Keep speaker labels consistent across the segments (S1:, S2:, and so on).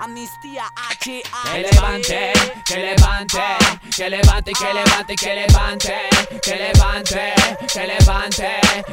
S1: Amnistía H A
S2: Que levante, que levante, que levante, que levante, que levante, que levante, que levante,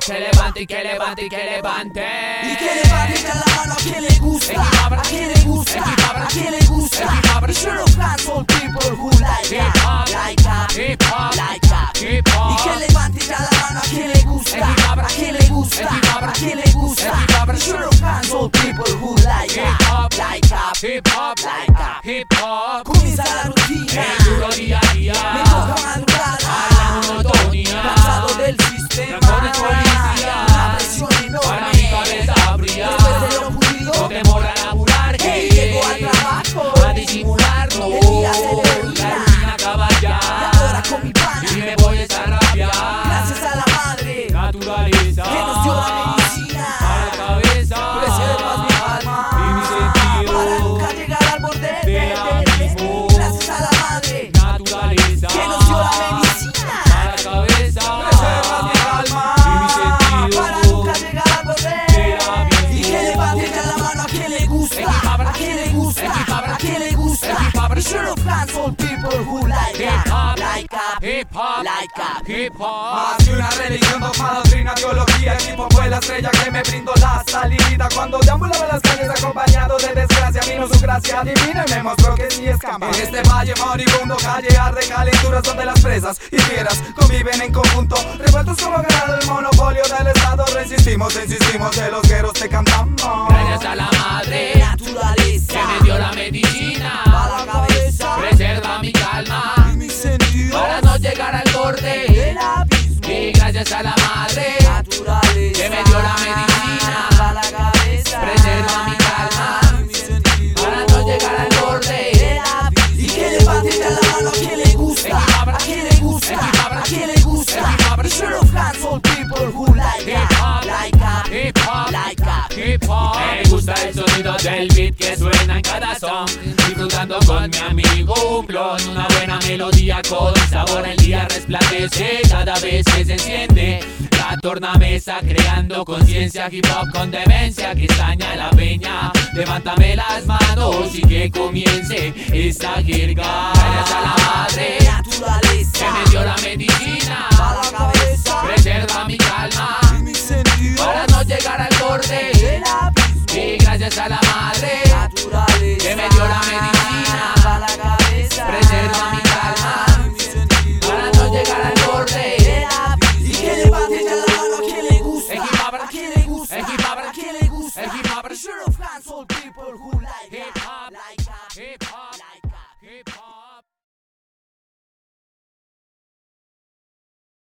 S2: que levante, que levante, que levante.
S1: Y que levante la mano a quien le gusta A quien le gusta A quien le gusta Y solo fans son people who like
S2: Hip
S1: that
S2: hop,
S1: Like that
S2: hip hop,
S1: Like that
S2: hip
S1: Y
S2: hop.
S1: que levante la mano a quien le gusta A quien le gusta A quien le gusta Y solo fans son people who like
S2: Hip
S1: that
S2: hop,
S1: Like that
S2: Hip hop,
S1: Like that
S2: hip hop.
S1: Comienza la rutina
S2: El duro día a día.
S1: Me toca madrugada
S2: A la monotonía.
S1: Cansado del sistema
S2: Ramones policía.
S1: La presión enorme
S2: Para mi cabeza abría.
S1: Después de lo ocurrido
S2: Con temor a laburar.
S1: Hey,
S2: hey,
S1: llegó al trabajo.
S2: A disimularlo.
S1: El día se termina.
S2: La rutina acaba ya.
S1: Y ahora con mi pana
S2: Y me voy a esa rabia.
S1: Gracias a la madre
S2: Naturaleza.
S1: Que nos dio la medicina
S2: Para la cabeza.
S1: Preservas mi alma
S2: Y mi sentido.
S1: Para nunca llegar al borde
S2: Del
S1: del-
S2: abismo.
S1: Gracias a la madre
S2: Naturaleza.
S1: Que nos dio la medicina
S2: Para la cabeza.
S1: Preservas mi alma
S2: Y mi sentido.
S1: Para nunca llegar al borde
S2: abismo.
S1: Y que levanten la mano a quien le gusta A quien le gusta A quien le gusta Y solo fans son people who like that Like that
S2: Hip hop.
S1: Like that
S2: Hip hop.
S3: Más que una religión, dogma, doctrina, teología El tipo fue la estrella que me brindó la salida Cuando deambulaba las calles acompañado de desgracia Vino su gracia divina y me mostró que sí es cama En este valle moribundo, callear de calenturas Donde las presas y fieras conviven en conjunto Revueltos como ganado el monopolio del estado Resistimos, insistimos, de los gueros te cantamos
S2: Gracias a la madre.
S1: Naturaleza
S2: Que me dio la medicina.
S1: A la cabeza
S2: Preserva mi calma.
S1: Y mi sentido
S2: Para no llegar al borde.
S1: Del abismo
S2: Y gracias a la madre.
S1: Naturaleza
S2: Que me dio la medicina.
S1: A la cabeza
S2: Preserva mi calma.
S1: Y mi sentido
S2: Para no llegar al borde.
S1: del abismo. Y que levante la mano a quien le gusta A quien le gusta A quien le gusta Y solo fans son people who like that Like that
S2: Hip hop.
S1: Like that
S2: Hip hop. Me gusta el sonido del beat que suena en cada song. Disfrutando con mi amigo un blon. Una buena melodía con sabor. El día resplandece cada vez que se enciende. La tornamesa creando conciencia hip hop con demencia que extraña la peña. Levántame las manos y que comience esta jerga. Gracias a la madre
S1: Naturaleza
S2: que me dio la medicina.
S1: A la cabeza
S2: Preserva mi calma
S1: Y mi sentido
S2: para no llegar al borde.
S1: del abismo
S2: Y gracias a la madre
S1: Naturaleza
S2: Que me dio la medicina.
S1: A la cabeza
S2: Preserva mi calma.
S1: Y mi sentido
S2: para no llegar al borde.
S1: del abismo. Y que levante ya la mano a quien le gusta
S2: El hip hop,
S1: A quien le gusta
S2: el hip hop,
S1: A quien le gusta
S2: el hip hop.
S1: Y solo fans son people who like that.